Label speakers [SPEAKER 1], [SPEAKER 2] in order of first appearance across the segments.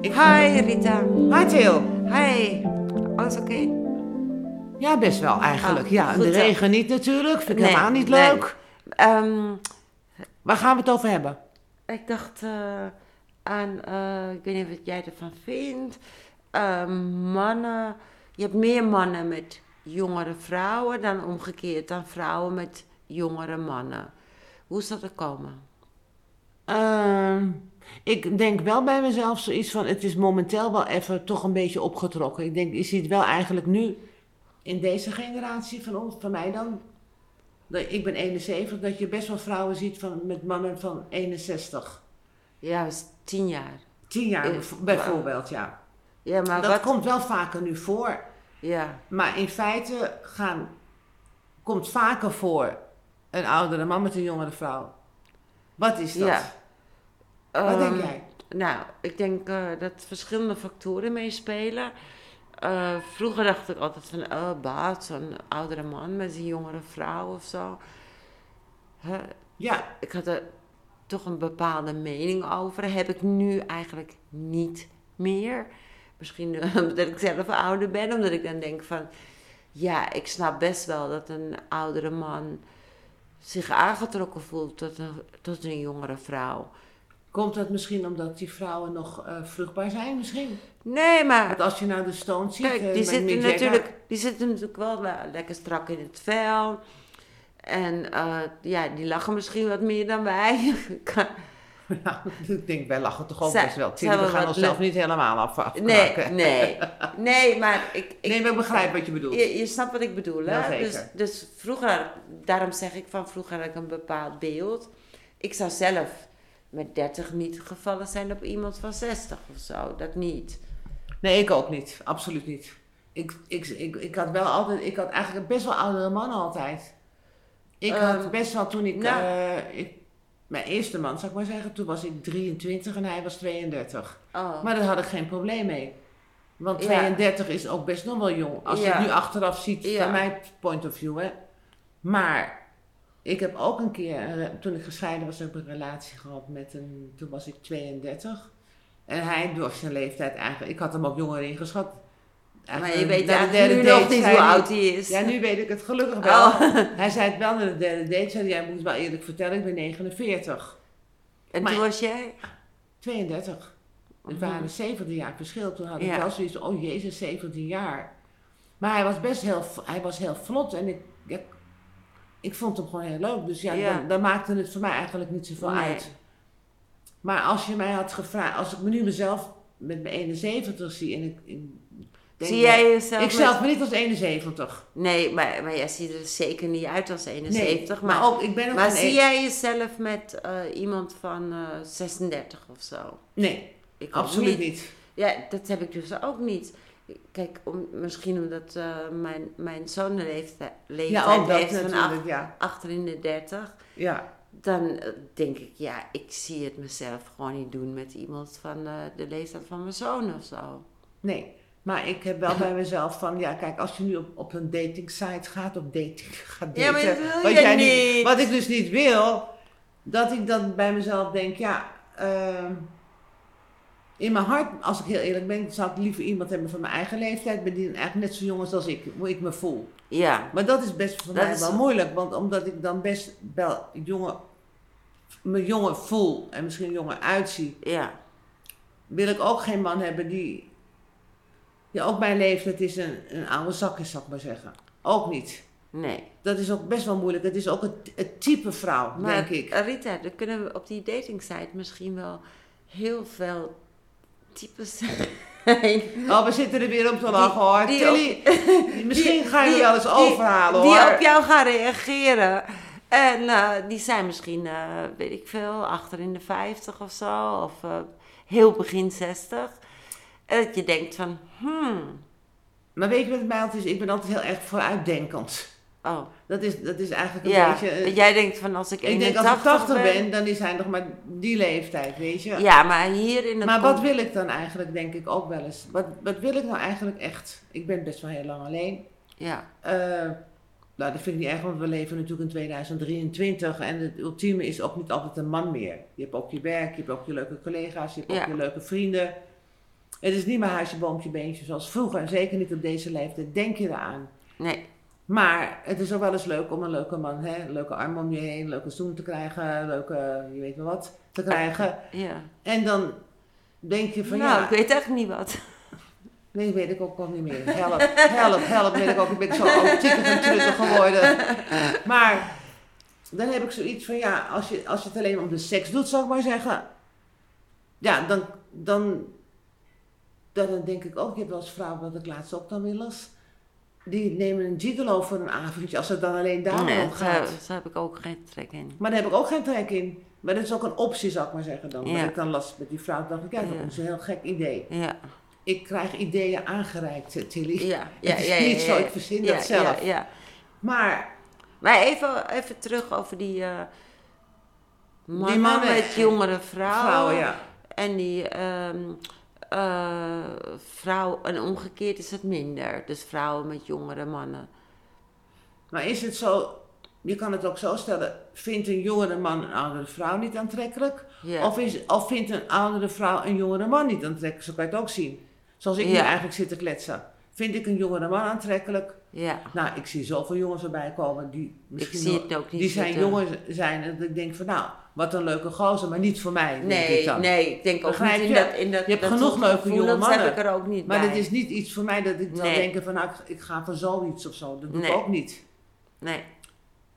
[SPEAKER 1] Ik...
[SPEAKER 2] Hi Rita.
[SPEAKER 1] Hi, Til.
[SPEAKER 2] Hi. Alles oké?
[SPEAKER 1] Ja, best wel eigenlijk.
[SPEAKER 2] Ah,
[SPEAKER 1] ja, en
[SPEAKER 2] goed
[SPEAKER 1] de
[SPEAKER 2] zo.
[SPEAKER 1] regen niet natuurlijk. Vind ik
[SPEAKER 2] Nee,
[SPEAKER 1] helemaal niet
[SPEAKER 2] nee.
[SPEAKER 1] leuk.
[SPEAKER 2] Ehm,
[SPEAKER 1] Waar gaan we het over hebben?
[SPEAKER 2] ik dacht eh, aan, eh, ik weet niet wat jij ervan vindt. Ehm, mannen, je hebt meer mannen met jongere vrouwen dan omgekeerd, dan vrouwen met jongere mannen. Hoe is dat te komen?
[SPEAKER 1] Ehm, ik denk wel bij mezelf zoiets van: het is momenteel wel even toch een beetje opgetrokken. Ik denk, je ziet wel eigenlijk nu in deze generatie van ons, van mij dan. dat- Ik ben 71, dat je best wel vrouwen ziet van, met mannen van 61.
[SPEAKER 2] Ja, dat is tien jaar.
[SPEAKER 1] 10 jaar
[SPEAKER 2] Eh,
[SPEAKER 1] bev- bijvoorbeeld, ja.
[SPEAKER 2] Ja, maar
[SPEAKER 1] Dat
[SPEAKER 2] wat...
[SPEAKER 1] komt wel vaker nu voor.
[SPEAKER 2] Ja,
[SPEAKER 1] Maar in feite gaan, komt vaker voor een oudere man met een jongere vrouw. Wat is dat?
[SPEAKER 2] Ja.
[SPEAKER 1] Wat denk
[SPEAKER 2] Ehm,
[SPEAKER 1] jij?
[SPEAKER 2] Nou, ik denk eh, dat verschillende factoren meespelen. Eh, vroeger dacht ik altijd van, oh baat, zo'n oudere man met een jongere vrouw of zo. Hè,
[SPEAKER 1] Ja,
[SPEAKER 2] Ik had er toch een bepaalde mening over. Heb ik nu eigenlijk niet meer. Misschien eh, omdat ik zelf ouder ben, omdat ik dan denk van, ja, ik snap best wel dat een oudere man zich aangetrokken voelt tot een, tot een jongere vrouw.
[SPEAKER 1] Komt dat misschien omdat die vrouwen nog eh, vruchtbaar zijn, misschien?
[SPEAKER 2] Nee, maar
[SPEAKER 1] Want als je nou de Stones ziet... eh,
[SPEAKER 2] Kijk, die
[SPEAKER 1] met
[SPEAKER 2] zitten,
[SPEAKER 1] Mick Jagger-
[SPEAKER 2] natuurlijk, die zitten natuurlijk wel le- lekker strak in het vel. En eh, ja, die lachen misschien wat meer dan wij.
[SPEAKER 1] Nou, ik denk, wij lachen toch ook
[SPEAKER 2] Zij-
[SPEAKER 1] best wel.
[SPEAKER 2] zij
[SPEAKER 1] Tilly, we
[SPEAKER 2] wel
[SPEAKER 1] gaan
[SPEAKER 2] wat
[SPEAKER 1] onszelf niet helemaal af,
[SPEAKER 2] nee,
[SPEAKER 1] afkraken.
[SPEAKER 2] nee. Nee, maar ik... ik
[SPEAKER 1] nee, maar ik begrijp wat je bedoelt.
[SPEAKER 2] je, je snapt wat ik bedoel, hè?
[SPEAKER 1] Wel
[SPEAKER 2] dus,
[SPEAKER 1] zeker.
[SPEAKER 2] dus vroeger, had ik- daarom zeg ik van vroeger had ik een bepaald beeld. Ik zou zelf met 30 niet gevallen zijn op iemand van 60 of zo. Dat niet.
[SPEAKER 1] Nee, ik ook niet. Absoluut niet. Ik, ik, ik, ik had wel altijd... Ik had eigenlijk best wel oudere mannen altijd. Ik had
[SPEAKER 2] Ehm,
[SPEAKER 1] best wel toen ik,
[SPEAKER 2] nou.
[SPEAKER 1] eh, ik... Mijn eerste man, zou ik maar zeggen, toen was ik 23 en hij was 32.
[SPEAKER 2] Oh.
[SPEAKER 1] Maar daar had ik geen probleem mee. Want
[SPEAKER 2] Ja.
[SPEAKER 1] 32 is ook best nog wel jong. Als je
[SPEAKER 2] Ja.
[SPEAKER 1] het nu achteraf ziet,
[SPEAKER 2] Ja.
[SPEAKER 1] van mijn point of view. Hè. Maar ik heb ook een keer, eh, toen ik gescheiden was, heb ik een relatie gehad met een... Toen was ik 32. En hij door zijn leeftijd eigenlijk... Ik had hem ook jonger ingeschat.
[SPEAKER 2] maar
[SPEAKER 1] Eigenlijk,
[SPEAKER 2] je
[SPEAKER 1] eh,
[SPEAKER 2] weet
[SPEAKER 1] na de
[SPEAKER 2] eigenlijk
[SPEAKER 1] derde
[SPEAKER 2] nu
[SPEAKER 1] date
[SPEAKER 2] nog niet
[SPEAKER 1] zei
[SPEAKER 2] hoe
[SPEAKER 1] hij-
[SPEAKER 2] oud hij is.
[SPEAKER 1] Ja, nu weet ik het gelukkig wel.
[SPEAKER 2] Oh.
[SPEAKER 1] Hij zei het wel na de derde date. Zei hij, jij moet wel eerlijk vertellen, ik ben 49.
[SPEAKER 2] En
[SPEAKER 1] Maar-
[SPEAKER 2] toen was jij?
[SPEAKER 1] 32. Het waren 17 jaar verschil. Toen had ik
[SPEAKER 2] Mhm. Ja.
[SPEAKER 1] wel zoiets oh jezus, 17 jaar. Maar hij was best heel, hij was heel vlot en ik, ja, ik vond hem gewoon heel leuk. Dus ja,
[SPEAKER 2] Ja.
[SPEAKER 1] Dan, dan maakte het voor mij eigenlijk niet zoveel
[SPEAKER 2] Nee.
[SPEAKER 1] uit. Maar als je mij had gevraagd, als ik me nu mezelf met mijn 71 zie en ik... ik denk
[SPEAKER 2] Zie
[SPEAKER 1] dat-
[SPEAKER 2] jij jezelf?
[SPEAKER 1] Ik
[SPEAKER 2] met-
[SPEAKER 1] zelf me niet als 71.
[SPEAKER 2] Nee, maar, maar jij ziet er zeker niet uit als 71.
[SPEAKER 1] Nee,
[SPEAKER 2] maar
[SPEAKER 1] maar ook, ik ben ook
[SPEAKER 2] maar
[SPEAKER 1] geen
[SPEAKER 2] zie
[SPEAKER 1] e-
[SPEAKER 2] jij jezelf met eh, iemand van eh, 36 of zo?
[SPEAKER 1] e- Nee,
[SPEAKER 2] Ik ook
[SPEAKER 1] absoluut niet.
[SPEAKER 2] Ja, dat heb ik dus ook niet. Kijk, om, misschien omdat eh, mijn, mijn zoon een leeftijd, leeftijd
[SPEAKER 1] Ja, ook dat
[SPEAKER 2] heeft van
[SPEAKER 1] natuurlijk,
[SPEAKER 2] ach-
[SPEAKER 1] ja.
[SPEAKER 2] achter in de 30.
[SPEAKER 1] ja.
[SPEAKER 2] Dan eh, denk ik, ja, ik zie het mezelf gewoon niet doen met iemand van eh, de leeftijd van mijn zoon of zo.
[SPEAKER 1] Nee, maar ik heb wel bij mezelf van, ja kijk, als je nu op, op een dating site gaat, op dating gaat daten,
[SPEAKER 2] Ja, maar dat wil
[SPEAKER 1] wat,
[SPEAKER 2] je
[SPEAKER 1] jij nu-
[SPEAKER 2] niet.
[SPEAKER 1] wat ik dus niet wil, dat ik dan bij mezelf denk, ja, ehm, in mijn hart, als ik heel eerlijk ben, zou ik liever iemand hebben van mijn eigen leeftijd, maar die eigenlijk net zo jong is als ik, hoe ik me voel.
[SPEAKER 2] Ja,
[SPEAKER 1] Maar dat is best voor
[SPEAKER 2] Dat
[SPEAKER 1] mij
[SPEAKER 2] is-
[SPEAKER 1] wel moeilijk, want omdat ik dan best wel jongen, me jongen voel en misschien jongen uitzie,
[SPEAKER 2] ja.
[SPEAKER 1] wil ik ook geen man hebben die. Ja, ook mijn leeftijd is een, een oude zak, is, zal ik maar zeggen. Ook niet.
[SPEAKER 2] Nee.
[SPEAKER 1] Dat is ook best wel moeilijk. Het is ook het, het type vrouw,
[SPEAKER 2] Maar
[SPEAKER 1] denk ik.
[SPEAKER 2] Rita, dan kunnen we op die datingsite misschien wel heel veel types zijn.
[SPEAKER 1] Oh, we zitten er weer op te lachen hoor.
[SPEAKER 2] die
[SPEAKER 1] Tilly, misschien
[SPEAKER 2] Die-
[SPEAKER 1] ga je me
[SPEAKER 2] die-
[SPEAKER 1] wel eens
[SPEAKER 2] die-
[SPEAKER 1] overhalen
[SPEAKER 2] die,
[SPEAKER 1] hoor.
[SPEAKER 2] op jou gaan reageren. En eh, die zijn misschien, eh, weet ik veel, achter in de 50 of zo. Of eh, heel begin 60. En dat je denkt van, hmm,
[SPEAKER 1] Maar weet je wat het mij altijd is? Ik ben altijd heel erg vooruitdenkend.
[SPEAKER 2] oh.
[SPEAKER 1] Dat is, dat is eigenlijk een
[SPEAKER 2] Ja,
[SPEAKER 1] beetje... eh,
[SPEAKER 2] jij denkt van als ik
[SPEAKER 1] ik denk als ik
[SPEAKER 2] 81
[SPEAKER 1] 80 ben, dan is hij nog maar die leeftijd, weet je.
[SPEAKER 2] Ja, maar hier in het...
[SPEAKER 1] Maar wat
[SPEAKER 2] con-
[SPEAKER 1] wil ik dan eigenlijk, denk ik ook wel eens. Wat, wat wil ik nou eigenlijk echt? Ik ben best wel heel lang alleen.
[SPEAKER 2] Ja,
[SPEAKER 1] Eh, nou, dat vind ik niet erg, want we leven natuurlijk in 2023 en het ultieme is ook niet altijd een man meer. Je hebt ook je werk, je hebt ook je leuke collega's, je hebt
[SPEAKER 2] Ja.
[SPEAKER 1] ook je leuke vrienden. Het is niet meer huisje, boompje, beentje zoals vroeger. En zeker niet op deze leeftijd. Denk je eraan.
[SPEAKER 2] Nee,
[SPEAKER 1] Maar het is ook wel eens leuk om een leuke man, hè, een leuke arm om je heen, een leuke zoen te krijgen, een leuke, je weet maar wat, te krijgen.
[SPEAKER 2] ja.
[SPEAKER 1] En dan denk je van
[SPEAKER 2] nou,
[SPEAKER 1] ja,
[SPEAKER 2] ik weet echt niet wat.
[SPEAKER 1] nee, weet ik ook al niet meer. Help, help, help, weet ik ook, ik ben zo autieker en truttig geworden. Maar dan heb ik zoiets van ja, als je, als je het alleen om de seks doet, zou ik maar zeggen. Ja, dan, dan, dan, dan denk ik ook, je hebt wel eens vrouwen, wat ik laatst ook dan weer las. Die nemen een gigolo voor een avondje, als het dan alleen daarom
[SPEAKER 2] nee, eh,
[SPEAKER 1] gaat.
[SPEAKER 2] daar, daar heb ik ook geen trek in.
[SPEAKER 1] Maar daar heb ik ook geen trek in. Maar dat is ook een optie, zou ik maar zeggen dan.
[SPEAKER 2] Ja.
[SPEAKER 1] Maar ik dan last met die vrouw dacht ik, ja,
[SPEAKER 2] Ja.
[SPEAKER 1] dat is een heel gek idee.
[SPEAKER 2] Ja,
[SPEAKER 1] Ik krijg ideeën aangereikt, eh, Tilly.
[SPEAKER 2] ja, ja.
[SPEAKER 1] is
[SPEAKER 2] ja,
[SPEAKER 1] niet
[SPEAKER 2] ja,
[SPEAKER 1] zo,
[SPEAKER 2] ja.
[SPEAKER 1] ik verzin
[SPEAKER 2] Ja,
[SPEAKER 1] dat zelf.
[SPEAKER 2] Ja, ja.
[SPEAKER 1] Maar
[SPEAKER 2] Maar even, even terug over die eh mannen,
[SPEAKER 1] mannen-
[SPEAKER 2] met jongere vrouwen.
[SPEAKER 1] vrouwen, ja.
[SPEAKER 2] En die ehm, eh, vrouw, en omgekeerd is het minder. Dus vrouwen met jongere mannen.
[SPEAKER 1] Maar is het zo, je kan het ook zo stellen, vindt een jongere man een oudere vrouw niet aantrekkelijk?
[SPEAKER 2] Ja.
[SPEAKER 1] Of, is, of vindt een oudere vrouw een jongere man niet aantrekkelijk? Zo kan je het ook zien. Zoals ik nu
[SPEAKER 2] Ja.
[SPEAKER 1] eigenlijk zit te kletsen. Vind ik een jongere man aantrekkelijk?
[SPEAKER 2] ja.
[SPEAKER 1] Nou, ik zie zoveel jongens erbij komen die misschien
[SPEAKER 2] zie
[SPEAKER 1] wel-
[SPEAKER 2] het ook niet
[SPEAKER 1] die zijn
[SPEAKER 2] zitten.
[SPEAKER 1] jongens zijn en dat ik denk van nou, wat een leuke gozer, maar niet voor mij. denk ik
[SPEAKER 2] Nee,
[SPEAKER 1] dan.
[SPEAKER 2] nee, ik denk ook
[SPEAKER 1] Begrijp
[SPEAKER 2] niet in
[SPEAKER 1] je?
[SPEAKER 2] dat, in dat
[SPEAKER 1] Je hebt
[SPEAKER 2] dat
[SPEAKER 1] genoeg
[SPEAKER 2] soort
[SPEAKER 1] leuke
[SPEAKER 2] gevoelens
[SPEAKER 1] jonge mannen.
[SPEAKER 2] heb ik er ook niet
[SPEAKER 1] Maar
[SPEAKER 2] bij.
[SPEAKER 1] dat is niet iets voor mij dat ik zou
[SPEAKER 2] Nee.
[SPEAKER 1] denken van nou, ik, ik ga voor zoiets of zo. Dat doe
[SPEAKER 2] Nee.
[SPEAKER 1] ik ook niet.
[SPEAKER 2] Nee.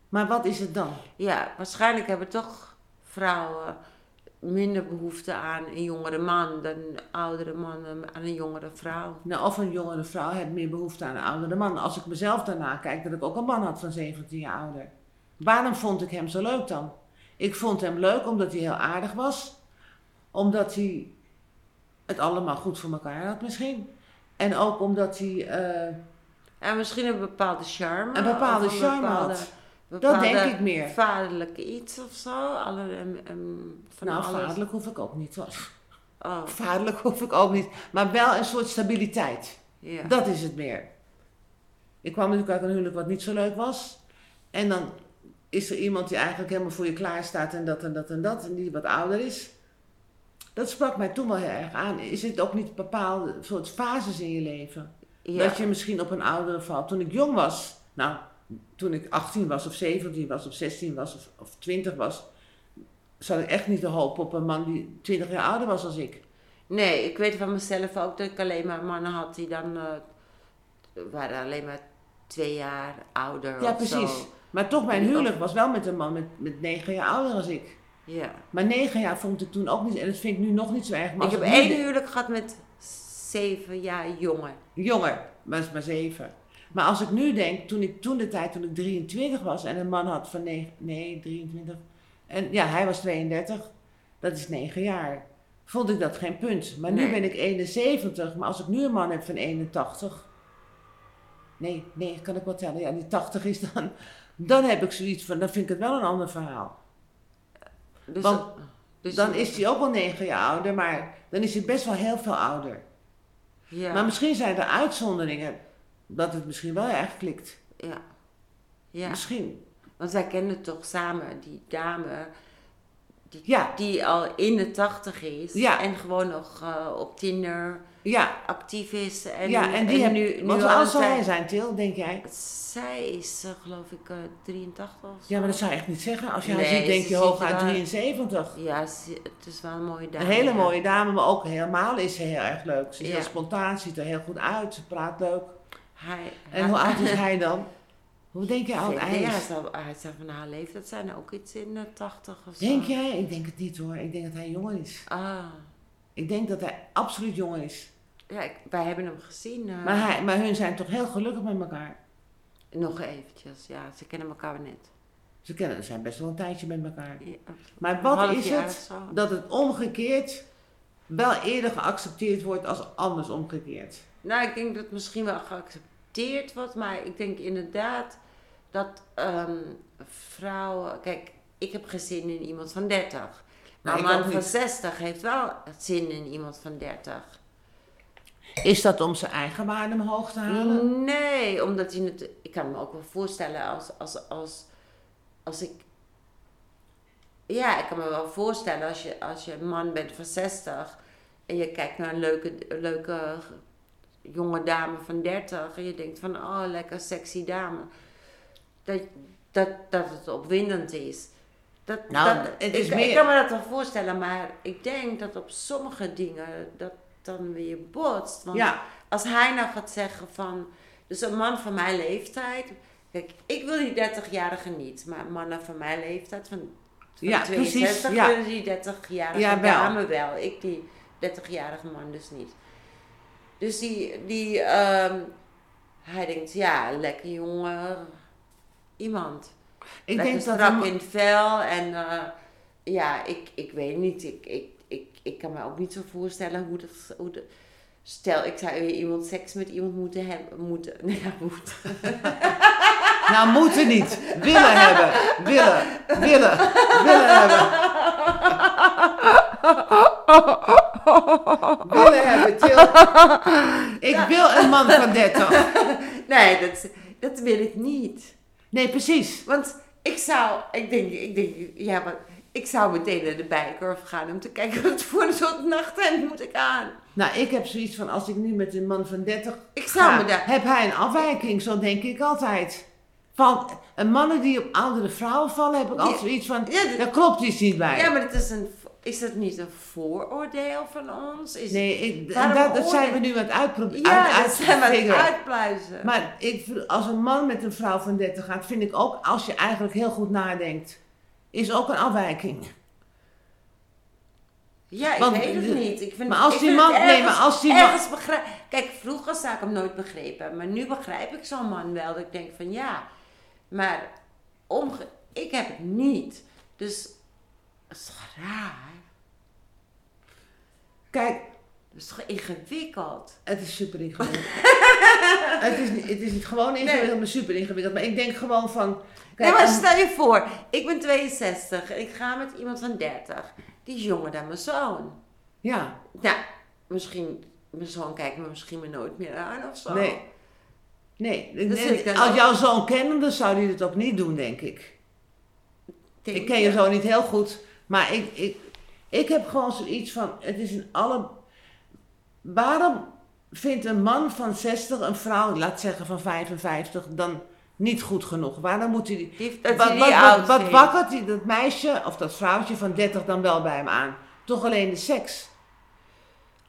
[SPEAKER 1] Maar wat is het dan?
[SPEAKER 2] Ja, waarschijnlijk hebben toch vrouwen minder behoefte aan een jongere man dan oudere mannen aan een jongere vrouw.
[SPEAKER 1] Nou, of een jongere vrouw heeft meer behoefte aan een oudere man. Als ik mezelf daarna kijk, dat ik ook een man had van 17 jaar ouder. Waarom vond ik hem zo leuk dan? Ik vond hem leuk omdat hij heel aardig was. Omdat hij het allemaal goed voor elkaar had misschien. En ook omdat hij... eh,
[SPEAKER 2] En misschien een bepaalde charme.
[SPEAKER 1] Een bepaalde
[SPEAKER 2] of een
[SPEAKER 1] charme
[SPEAKER 2] bepaalde-
[SPEAKER 1] had.
[SPEAKER 2] bepaalde
[SPEAKER 1] denk ik meer.
[SPEAKER 2] Vaderlijke iets of zo. Alle, em, em, van
[SPEAKER 1] nou,
[SPEAKER 2] alles.
[SPEAKER 1] vaderlijk hoef ik ook niet. hoor.
[SPEAKER 2] Oh,
[SPEAKER 1] Vaderlijk hoef ik ook niet. Maar wel een soort stabiliteit.
[SPEAKER 2] ja.
[SPEAKER 1] Dat is het meer. Ik kwam natuurlijk uit een huwelijk wat niet zo leuk was. En dan is er iemand die eigenlijk helemaal voor je klaar staat en dat en dat en dat. En die wat ouder is. Dat sprak mij toen wel heel erg aan. Is het ook niet bepaalde soort fases in je leven?
[SPEAKER 2] ja.
[SPEAKER 1] Dat je misschien op een oudere valt. Toen ik jong was, nou, toen ik 18 was of 17 was of 16 was of, of 20 was, zat ik echt niet te hopen op een man die 20 jaar ouder was dan ik.
[SPEAKER 2] Nee, ik weet van mezelf ook dat ik alleen maar mannen had die dan eh, waren alleen maar twee jaar ouder
[SPEAKER 1] Ja,
[SPEAKER 2] of zo.
[SPEAKER 1] precies. Maar toch, mijn
[SPEAKER 2] Ja.
[SPEAKER 1] huwelijk was wel met een man met, met 9 jaar ouder dan ik.
[SPEAKER 2] Ja.
[SPEAKER 1] Maar negen jaar vond ik toen ook niet, en dat vind ik nu nog niet zo erg. Maar
[SPEAKER 2] ik
[SPEAKER 1] als
[SPEAKER 2] heb
[SPEAKER 1] het nu
[SPEAKER 2] één
[SPEAKER 1] de-
[SPEAKER 2] huwelijk gehad met zeven jaar jonger.
[SPEAKER 1] Jonger, was maar zeven. Maar als ik nu denk, toen ik toen de tijd, toen ik 23 was en een man had van negen, nee, 23. En ja, hij was 32, dat is negen jaar. Vond ik dat geen punt. Maar
[SPEAKER 2] Nee.
[SPEAKER 1] nu ben ik 71, maar als ik nu een man heb van 81. Nee, nee, kan ik wel tellen. Ja, die 80 is dan. Dan heb ik zoiets van, dan vind ik het wel een ander verhaal.
[SPEAKER 2] Dus,
[SPEAKER 1] Want
[SPEAKER 2] dus-
[SPEAKER 1] Dan is hij ook al negen jaar ouder, maar dan is hij best wel heel veel ouder.
[SPEAKER 2] Ja,
[SPEAKER 1] Maar misschien zijn er uitzonderingen dat het misschien wel erg klikt.
[SPEAKER 2] ja. ja.
[SPEAKER 1] Misschien.
[SPEAKER 2] Want wij kenden toch samen die dame
[SPEAKER 1] Ja,
[SPEAKER 2] die al in de tachtig is
[SPEAKER 1] Ja.
[SPEAKER 2] en gewoon nog eh, op Tinder
[SPEAKER 1] ja.
[SPEAKER 2] actief is. En,
[SPEAKER 1] ja, en die heb,
[SPEAKER 2] nu, nu
[SPEAKER 1] Want
[SPEAKER 2] al
[SPEAKER 1] hoe oud
[SPEAKER 2] een
[SPEAKER 1] zou
[SPEAKER 2] tijd-
[SPEAKER 1] hij zijn, Til, denk jij?
[SPEAKER 2] Zij is eh, geloof ik eh, 83 of zo.
[SPEAKER 1] Ja, maar dat zou je echt niet zeggen. Als je haar
[SPEAKER 2] Nee,
[SPEAKER 1] ziet, denk
[SPEAKER 2] ze
[SPEAKER 1] je
[SPEAKER 2] ziet
[SPEAKER 1] hooguit
[SPEAKER 2] er wel-
[SPEAKER 1] 73.
[SPEAKER 2] Ja, ze- het is wel een mooie dame.
[SPEAKER 1] Een hele
[SPEAKER 2] ja.
[SPEAKER 1] mooie dame, maar ook helemaal is ze heel erg leuk. Ze is
[SPEAKER 2] Ja.
[SPEAKER 1] heel spontaan, ziet er heel goed uit, ze praat leuk.
[SPEAKER 2] Hij,
[SPEAKER 1] En
[SPEAKER 2] hij-
[SPEAKER 1] hoe oud is hij dan? Hoe denk je oud
[SPEAKER 2] Ja,
[SPEAKER 1] hij
[SPEAKER 2] hij
[SPEAKER 1] is?
[SPEAKER 2] zou, hij zou van haar leeftijd zijn, ook iets in de 80 of zo.
[SPEAKER 1] Denk jij? Ik denk het niet hoor. Ik denk dat hij jonger is.
[SPEAKER 2] Ah,
[SPEAKER 1] Ik denk dat hij absoluut jonger is.
[SPEAKER 2] ja, ik- wij hebben hem gezien. eh,
[SPEAKER 1] Maar, hij, maar hun zijn toch heel gelukkig met elkaar.
[SPEAKER 2] Nog eventjes, ja, ze kennen elkaar net.
[SPEAKER 1] Ze kennen, zijn best wel een tijdje met elkaar.
[SPEAKER 2] Ja,
[SPEAKER 1] Maar
[SPEAKER 2] een
[SPEAKER 1] wat
[SPEAKER 2] half
[SPEAKER 1] is
[SPEAKER 2] jaar
[SPEAKER 1] het
[SPEAKER 2] of zo.
[SPEAKER 1] dat het omgekeerd wel eerder geaccepteerd wordt als anders omgekeerd?
[SPEAKER 2] Nou, ik denk dat het misschien wel geaccepteerd wordt, maar ik denk inderdaad dat ehm, vrouwen. Kijk, ik heb geen zin in iemand van 30. Maar
[SPEAKER 1] ik
[SPEAKER 2] een
[SPEAKER 1] ook
[SPEAKER 2] man van
[SPEAKER 1] niet.
[SPEAKER 2] 60 heeft wel zin in iemand van 30.
[SPEAKER 1] Is dat om zijn eigen waarde omhoog te halen?
[SPEAKER 2] Mm. Nee, omdat hij het. Ik kan me ook wel voorstellen als, als, als, als ik. Ja, ik kan me wel voorstellen als je, als je een man bent van 60 En je kijkt naar een leuke, leuke jonge dame van 30 en je denkt van, oh, lekker sexy dame. Dat, dat, dat het opwindend is. Dat,
[SPEAKER 1] Nou,
[SPEAKER 2] dat,
[SPEAKER 1] het is
[SPEAKER 2] ik,
[SPEAKER 1] meer-
[SPEAKER 2] ik kan me dat wel voorstellen, maar ik denk dat op sommige dingen dat dan weer botst. Want
[SPEAKER 1] Ja.
[SPEAKER 2] als hij nou gaat zeggen van, dus een man van mijn leeftijd, kijk, ik wil die 30-jarige niet, maar mannen van mijn leeftijd, van, van
[SPEAKER 1] Ja, precies,
[SPEAKER 2] 62,
[SPEAKER 1] ja.
[SPEAKER 2] willen die 30-jarige
[SPEAKER 1] Ja, wel.
[SPEAKER 2] dame wel. Ik die 30-jarige man dus niet. Dus die, die ehm, hij denkt, ja, lekker jongen, iemand.
[SPEAKER 1] Ik
[SPEAKER 2] Lekker
[SPEAKER 1] denk dat
[SPEAKER 2] strak
[SPEAKER 1] een-
[SPEAKER 2] in het vel en eh, ja, ik, ik weet niet. Ik, ik, ik, ik kan me ook niet zo voorstellen hoe dat... Hoe dat stel, ik zou weer iemand seks met iemand moeten hebben. Moeten, nee, ja, moeten.
[SPEAKER 1] Nou, moeten niet. Willen hebben. Willen. Willen. Willen hebben. Willen hebben, Til. Ik wil een man van 30.
[SPEAKER 2] Nee, dat, dat wil ik niet.
[SPEAKER 1] Nee, precies.
[SPEAKER 2] Want ik zou, ik denk, ik denk, ja, maar ik zou meteen naar de bijenkorf gaan om te kijken wat voor een soort nachthemd moet ik aan.
[SPEAKER 1] Nou, ik heb zoiets van, als ik nu met een man van 30
[SPEAKER 2] Ik zou
[SPEAKER 1] ga,
[SPEAKER 2] me daar-
[SPEAKER 1] heb hij een afwijking, zo denk ik altijd. Van eh, mannen die op oudere vrouwen vallen, heb ik altijd zoiets van,
[SPEAKER 2] ja, dat-
[SPEAKER 1] daar klopt iets niet bij.
[SPEAKER 2] Ja, maar dat is, een, is dat niet een vooroordeel van ons? Is,
[SPEAKER 1] Nee, ik, en
[SPEAKER 2] Waarom
[SPEAKER 1] dat, dat
[SPEAKER 2] oordeel-
[SPEAKER 1] zijn we nu aan het uitproberen.
[SPEAKER 2] ja, dat zijn we aan het
[SPEAKER 1] uitfiguren.
[SPEAKER 2] uitpluizen.
[SPEAKER 1] Maar ik, vind- als een man met een vrouw van 30 gaat, vind ik ook, als je eigenlijk heel goed nadenkt, is ook een afwijking.
[SPEAKER 2] Ja, ik
[SPEAKER 1] Want
[SPEAKER 2] weet
[SPEAKER 1] de-
[SPEAKER 2] het niet. Ik vind,
[SPEAKER 1] maar als
[SPEAKER 2] ik
[SPEAKER 1] die
[SPEAKER 2] vind
[SPEAKER 1] man-
[SPEAKER 2] het
[SPEAKER 1] nee, maar als die man-
[SPEAKER 2] ergens begrijp- Kijk, vroeger zou ik hem nooit begrepen. Maar nu begrijp ik zo'n man wel. Dat ik denk van ja, maar omge... ik heb het niet. Dus dat is toch raar.
[SPEAKER 1] Kijk,
[SPEAKER 2] Dat is toch ingewikkeld.
[SPEAKER 1] het is super ingewikkeld. het, is, niet- het is niet gewoon ingewikkeld, maar super ingewikkeld. Maar ik denk gewoon van.
[SPEAKER 2] Nee,
[SPEAKER 1] Kijk,
[SPEAKER 2] maar
[SPEAKER 1] een-
[SPEAKER 2] stel je voor, ik ben 62 en ik ga met iemand van 30. Die is jonger dan mijn zoon.
[SPEAKER 1] ja,
[SPEAKER 2] Nou, misschien, mijn zoon kijkt me misschien maar nooit meer aan of zo.
[SPEAKER 1] nee. Nee,
[SPEAKER 2] Dat vind ik dan
[SPEAKER 1] als
[SPEAKER 2] ook-
[SPEAKER 1] jouw zoon kennende zou hij het ook niet doen, denk ik. Ik ken je zo niet heel goed, maar ik, ik, ik heb gewoon zoiets van, het is een alle... Waarom vindt een man van 60 een vrouw, laat zeggen van 55, dan niet goed genoeg? Waarom moet hij... die-
[SPEAKER 2] Die- dat
[SPEAKER 1] wat,
[SPEAKER 2] hij die
[SPEAKER 1] wat,
[SPEAKER 2] oud
[SPEAKER 1] wat, wat
[SPEAKER 2] vindt.
[SPEAKER 1] wakkert die, dat meisje of dat vrouwtje van 30 dan wel bij hem aan? Toch alleen de seks?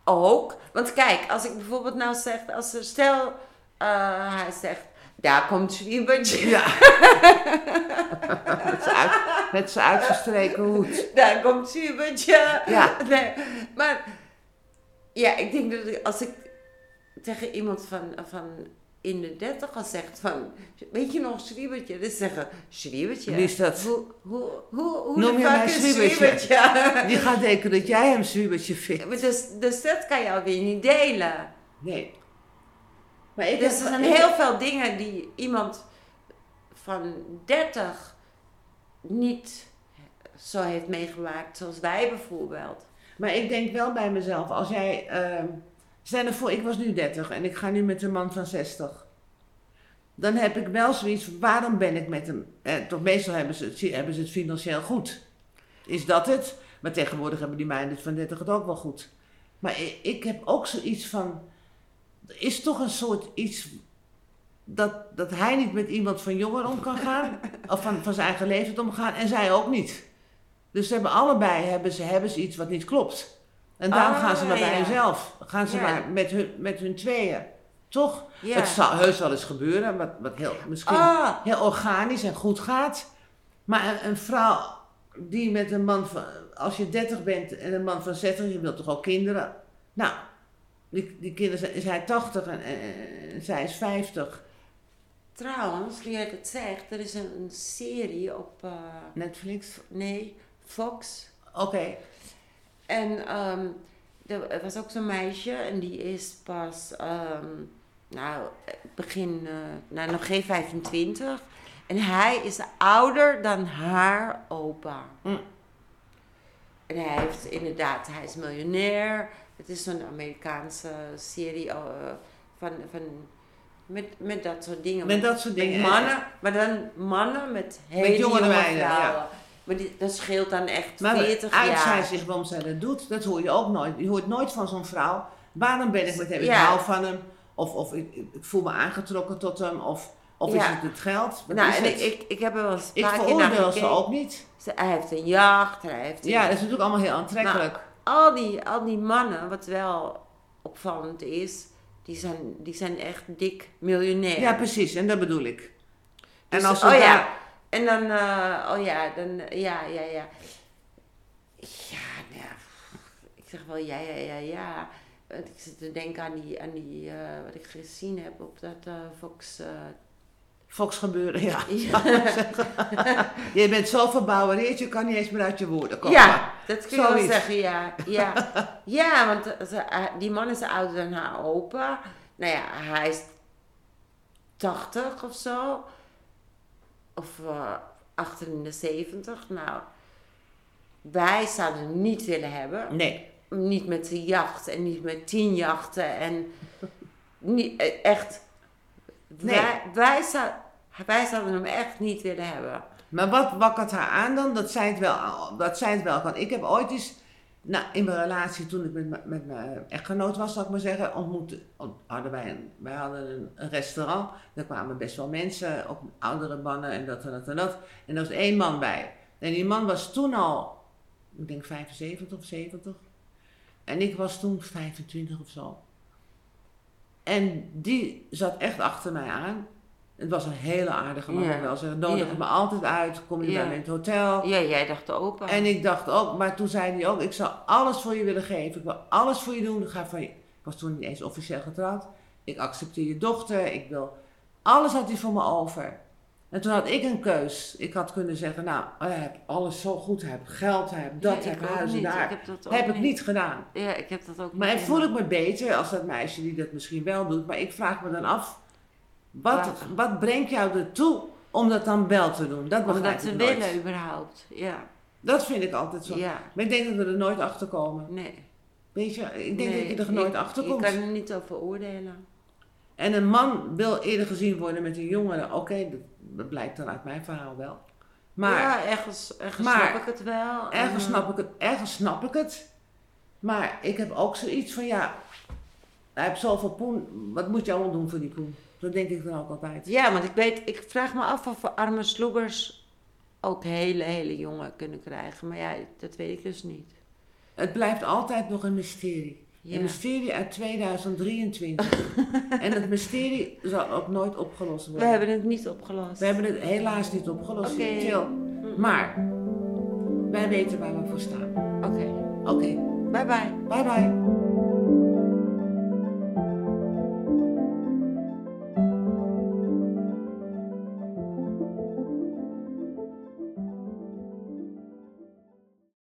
[SPEAKER 2] Ook. Want kijk, als ik bijvoorbeeld nou zeg, als er, stel, eh, hij zegt, daar komt Zwiebertje,
[SPEAKER 1] Ja. met zijn uit- met zijn uitgestreken hoed.
[SPEAKER 2] daar komt Zwiebertje.
[SPEAKER 1] Ja.
[SPEAKER 2] Nee, maar ja, ik denk dat ik- als ik tegen iemand van, van in de dertig al zegt van, weet je nog Zwiebertje? Dan zeggen, Zwiebertje.
[SPEAKER 1] Wie is dat?
[SPEAKER 2] Hoe, hoe, hoe, hoe
[SPEAKER 1] Noem
[SPEAKER 2] de
[SPEAKER 1] je nou
[SPEAKER 2] fuck
[SPEAKER 1] mij
[SPEAKER 2] is
[SPEAKER 1] Zwiebertje?
[SPEAKER 2] Zwiebertje?
[SPEAKER 1] Die gaat denken dat jij hem zuurtje vindt.
[SPEAKER 2] Maar Dus, dus dat kan je alweer niet delen.
[SPEAKER 1] Nee. Maar ik
[SPEAKER 2] Dus
[SPEAKER 1] heb-
[SPEAKER 2] er zijn
[SPEAKER 1] ik-
[SPEAKER 2] heel veel dingen die iemand van 30 niet zo heeft meegemaakt, zoals wij bijvoorbeeld.
[SPEAKER 1] Maar ik denk wel bij mezelf, als jij. ehm stel je voor, ik was nu 30 en ik ga nu met een man van 60. Dan heb ik wel zoiets, van, waarom ben ik met hem? Eh, toch meestal hebben ze, het, hebben ze het financieel goed. Is dat het? Maar tegenwoordig hebben die meiden van 30 het ook wel goed. Maar ik, ik heb ook zoiets van. Er is toch een soort iets. Dat, dat hij niet met iemand van jonger om kan gaan. of van, van zijn eigen leeftijd omgaan. En zij ook niet. Dus ze hebben allebei hebben ze, hebben ze iets wat niet klopt. En daarom
[SPEAKER 2] Ah,
[SPEAKER 1] gaan ze maar bij
[SPEAKER 2] ja.
[SPEAKER 1] hemzelf. Gaan ze
[SPEAKER 2] Ja.
[SPEAKER 1] maar met hun, met hun tweeën. Toch?
[SPEAKER 2] Ja.
[SPEAKER 1] Het zal heus wel eens gebeuren. Wat, wat heel, misschien
[SPEAKER 2] Ah,
[SPEAKER 1] heel organisch en goed gaat. Maar een, een vrouw die met een man van... Als je 30 bent en een man van 60, je wilt toch ook kinderen? Nou, die, die kinderen zijn... Is hij 80 en, en- en zij is 50.
[SPEAKER 2] trouwens, nu jij dat zegt, er is een, een serie op, eh,
[SPEAKER 1] Netflix?
[SPEAKER 2] nee, Fox.
[SPEAKER 1] Oké.
[SPEAKER 2] En ehm, er er was ook zo'n meisje en die is pas, ehm, nou, begin, eh, nou, nog geen 25. En hij is ouder dan haar opa.
[SPEAKER 1] Mm.
[SPEAKER 2] En hij heeft inderdaad, hij is miljonair. Het is zo'n Amerikaanse serie eh, van, van, met, met dat soort dingen.
[SPEAKER 1] Met dat soort dingen.
[SPEAKER 2] Met mannen, maar dan mannen met hele
[SPEAKER 1] jongere
[SPEAKER 2] jonge
[SPEAKER 1] meiden, ja.
[SPEAKER 2] vrouwen. Ja. Maar die, dat scheelt dan echt
[SPEAKER 1] Maar
[SPEAKER 2] 40
[SPEAKER 1] uit zij
[SPEAKER 2] jaar.
[SPEAKER 1] zich waarom zij dat doet, dat hoor je ook nooit. Je hoort nooit van zo'n vrouw, waarom ben ik met hem, ik
[SPEAKER 2] Ja.
[SPEAKER 1] hou van hem. Of, of ik, ik voel me aangetrokken tot hem. Of, of is
[SPEAKER 2] Ja.
[SPEAKER 1] het het geld? Wat
[SPEAKER 2] Nou,
[SPEAKER 1] is
[SPEAKER 2] en
[SPEAKER 1] het?
[SPEAKER 2] ik, ik, ik heb er wel eens een
[SPEAKER 1] Ik
[SPEAKER 2] paar keer naar
[SPEAKER 1] veroordeel ze
[SPEAKER 2] gekeken.
[SPEAKER 1] ook niet.
[SPEAKER 2] Ze- Hij heeft een jacht, hij heeft een-
[SPEAKER 1] Ja, dat is natuurlijk allemaal heel aantrekkelijk.
[SPEAKER 2] Nou, al, die, al die mannen, wat wel opvallend is, die zijn, die zijn echt dik miljonair.
[SPEAKER 1] ja, precies. En dat bedoel ik.
[SPEAKER 2] Dus,
[SPEAKER 1] En als ze
[SPEAKER 2] oh
[SPEAKER 1] daar-
[SPEAKER 2] ja, en dan, eh, oh ja, dan, eh, ja, ja, ja. Ja, nou ja, ik zeg wel ja, ja, ja, ja. Want Ik zit te denken aan die, aan die eh, wat ik gezien heb op dat eh, Fox. eh,
[SPEAKER 1] Fox gebeuren, ja.
[SPEAKER 2] ja.
[SPEAKER 1] Je bent zo verbouwereerd, je kan niet eens meer uit je woorden komen.
[SPEAKER 2] Ja, dat kun je wel
[SPEAKER 1] Zoiets.
[SPEAKER 2] zeggen, ja. Ja, ja want ze- eh, die man is ouder dan haar opa. Nou ja, hij is 80 of zo. Of eh 78. Nou, wij zouden hem niet willen hebben.
[SPEAKER 1] Nee,
[SPEAKER 2] Niet met de jacht en niet met tien jachten. En niet, eh, echt,
[SPEAKER 1] Nee.
[SPEAKER 2] wij, wij, zou, wij zouden hem echt niet willen hebben.
[SPEAKER 1] maar wat wakkert haar aan dan? Dat zij het wel, dat zij het wel kan. Ik heb ooit eens, nou, in mijn relatie toen ik met, mijn- met mijn echtgenoot was, zal ik maar zeggen, ontmoet, ont- hadden wij, een, wij hadden een, een restaurant. Daar kwamen best wel mensen, ook oudere mannen en dat en dat en dat. En er was één man bij. En die man was toen al, ik denk 75 of 70. En ik was toen 25 of zo. En die zat echt achter mij aan. Het was een hele aardige man,
[SPEAKER 2] Ja.
[SPEAKER 1] moet ik wel zeggen. Nodig
[SPEAKER 2] Ja.
[SPEAKER 1] me altijd uit, kom je
[SPEAKER 2] Ja.
[SPEAKER 1] bij me in het hotel.
[SPEAKER 2] Ja, jij dacht de opa.
[SPEAKER 1] En ik dacht ook, maar toen zei hij ook, ik zal alles voor je willen geven. Ik wil alles voor je doen. Ik, ga van je. ik was toen niet eens officieel getrouwd. Ik accepteer je dochter. Ik wil, alles had hij voor me over. En toen had ik een keus. Ik had kunnen zeggen, nou, hij heeft alles zo goed. Hij heeft geld, hij heeft
[SPEAKER 2] Ja,
[SPEAKER 1] dat,
[SPEAKER 2] ik
[SPEAKER 1] hij heeft
[SPEAKER 2] ook
[SPEAKER 1] huizen
[SPEAKER 2] niet.
[SPEAKER 1] daar.
[SPEAKER 2] Ik heb dat ook
[SPEAKER 1] heb ik niet gedaan.
[SPEAKER 2] Ja, ik heb dat ook
[SPEAKER 1] Maar
[SPEAKER 2] niet.
[SPEAKER 1] en voel ik me beter als dat meisje die dat misschien wel doet. Maar ik vraag me dan af, wat,
[SPEAKER 2] Waar-
[SPEAKER 1] wat brengt jou ertoe om dat dan wel te doen? Dat
[SPEAKER 2] Om
[SPEAKER 1] begrijp
[SPEAKER 2] dat
[SPEAKER 1] ik
[SPEAKER 2] te
[SPEAKER 1] nooit.
[SPEAKER 2] willen überhaupt. Ja.
[SPEAKER 1] Dat vind ik altijd zo.
[SPEAKER 2] ja.
[SPEAKER 1] Maar ik denk dat we er nooit achter komen.
[SPEAKER 2] Nee.
[SPEAKER 1] Weet je, ik denk
[SPEAKER 2] Nee,
[SPEAKER 1] dat je er nooit
[SPEAKER 2] ik-
[SPEAKER 1] achter komt.
[SPEAKER 2] Ik kan er niet over oordelen.
[SPEAKER 1] En een man wil eerder gezien worden met een jongere. Oké, dat, dat blijkt dan uit mijn verhaal wel. Maar
[SPEAKER 2] ja, eh. ergens, ergens
[SPEAKER 1] maar-
[SPEAKER 2] snap ik het wel.
[SPEAKER 1] ergens,
[SPEAKER 2] En,
[SPEAKER 1] snap ik het, ergens snap ik het. Maar ik heb ook zoiets van ja, hij heeft zoveel poen. Wat moet je allemaal doen voor die poen? Dat denk ik dan ook altijd.
[SPEAKER 2] Ja, want ik weet, ik vraag me af of we arme sloebers ook hele, hele jongen kunnen krijgen. Maar ja, dat weet ik dus niet.
[SPEAKER 1] Het blijft altijd nog een mysterie.
[SPEAKER 2] Ja.
[SPEAKER 1] Een mysterie uit 2023. en het mysterie zal ook nooit opgelost
[SPEAKER 2] We
[SPEAKER 1] worden.
[SPEAKER 2] hebben het niet opgelost.
[SPEAKER 1] We hebben het helaas niet opgelost.
[SPEAKER 2] Oké.
[SPEAKER 1] Til. Maar wij weten waar we voor staan.
[SPEAKER 2] Oké,
[SPEAKER 1] Oké,
[SPEAKER 2] bye bye.
[SPEAKER 1] bye bye.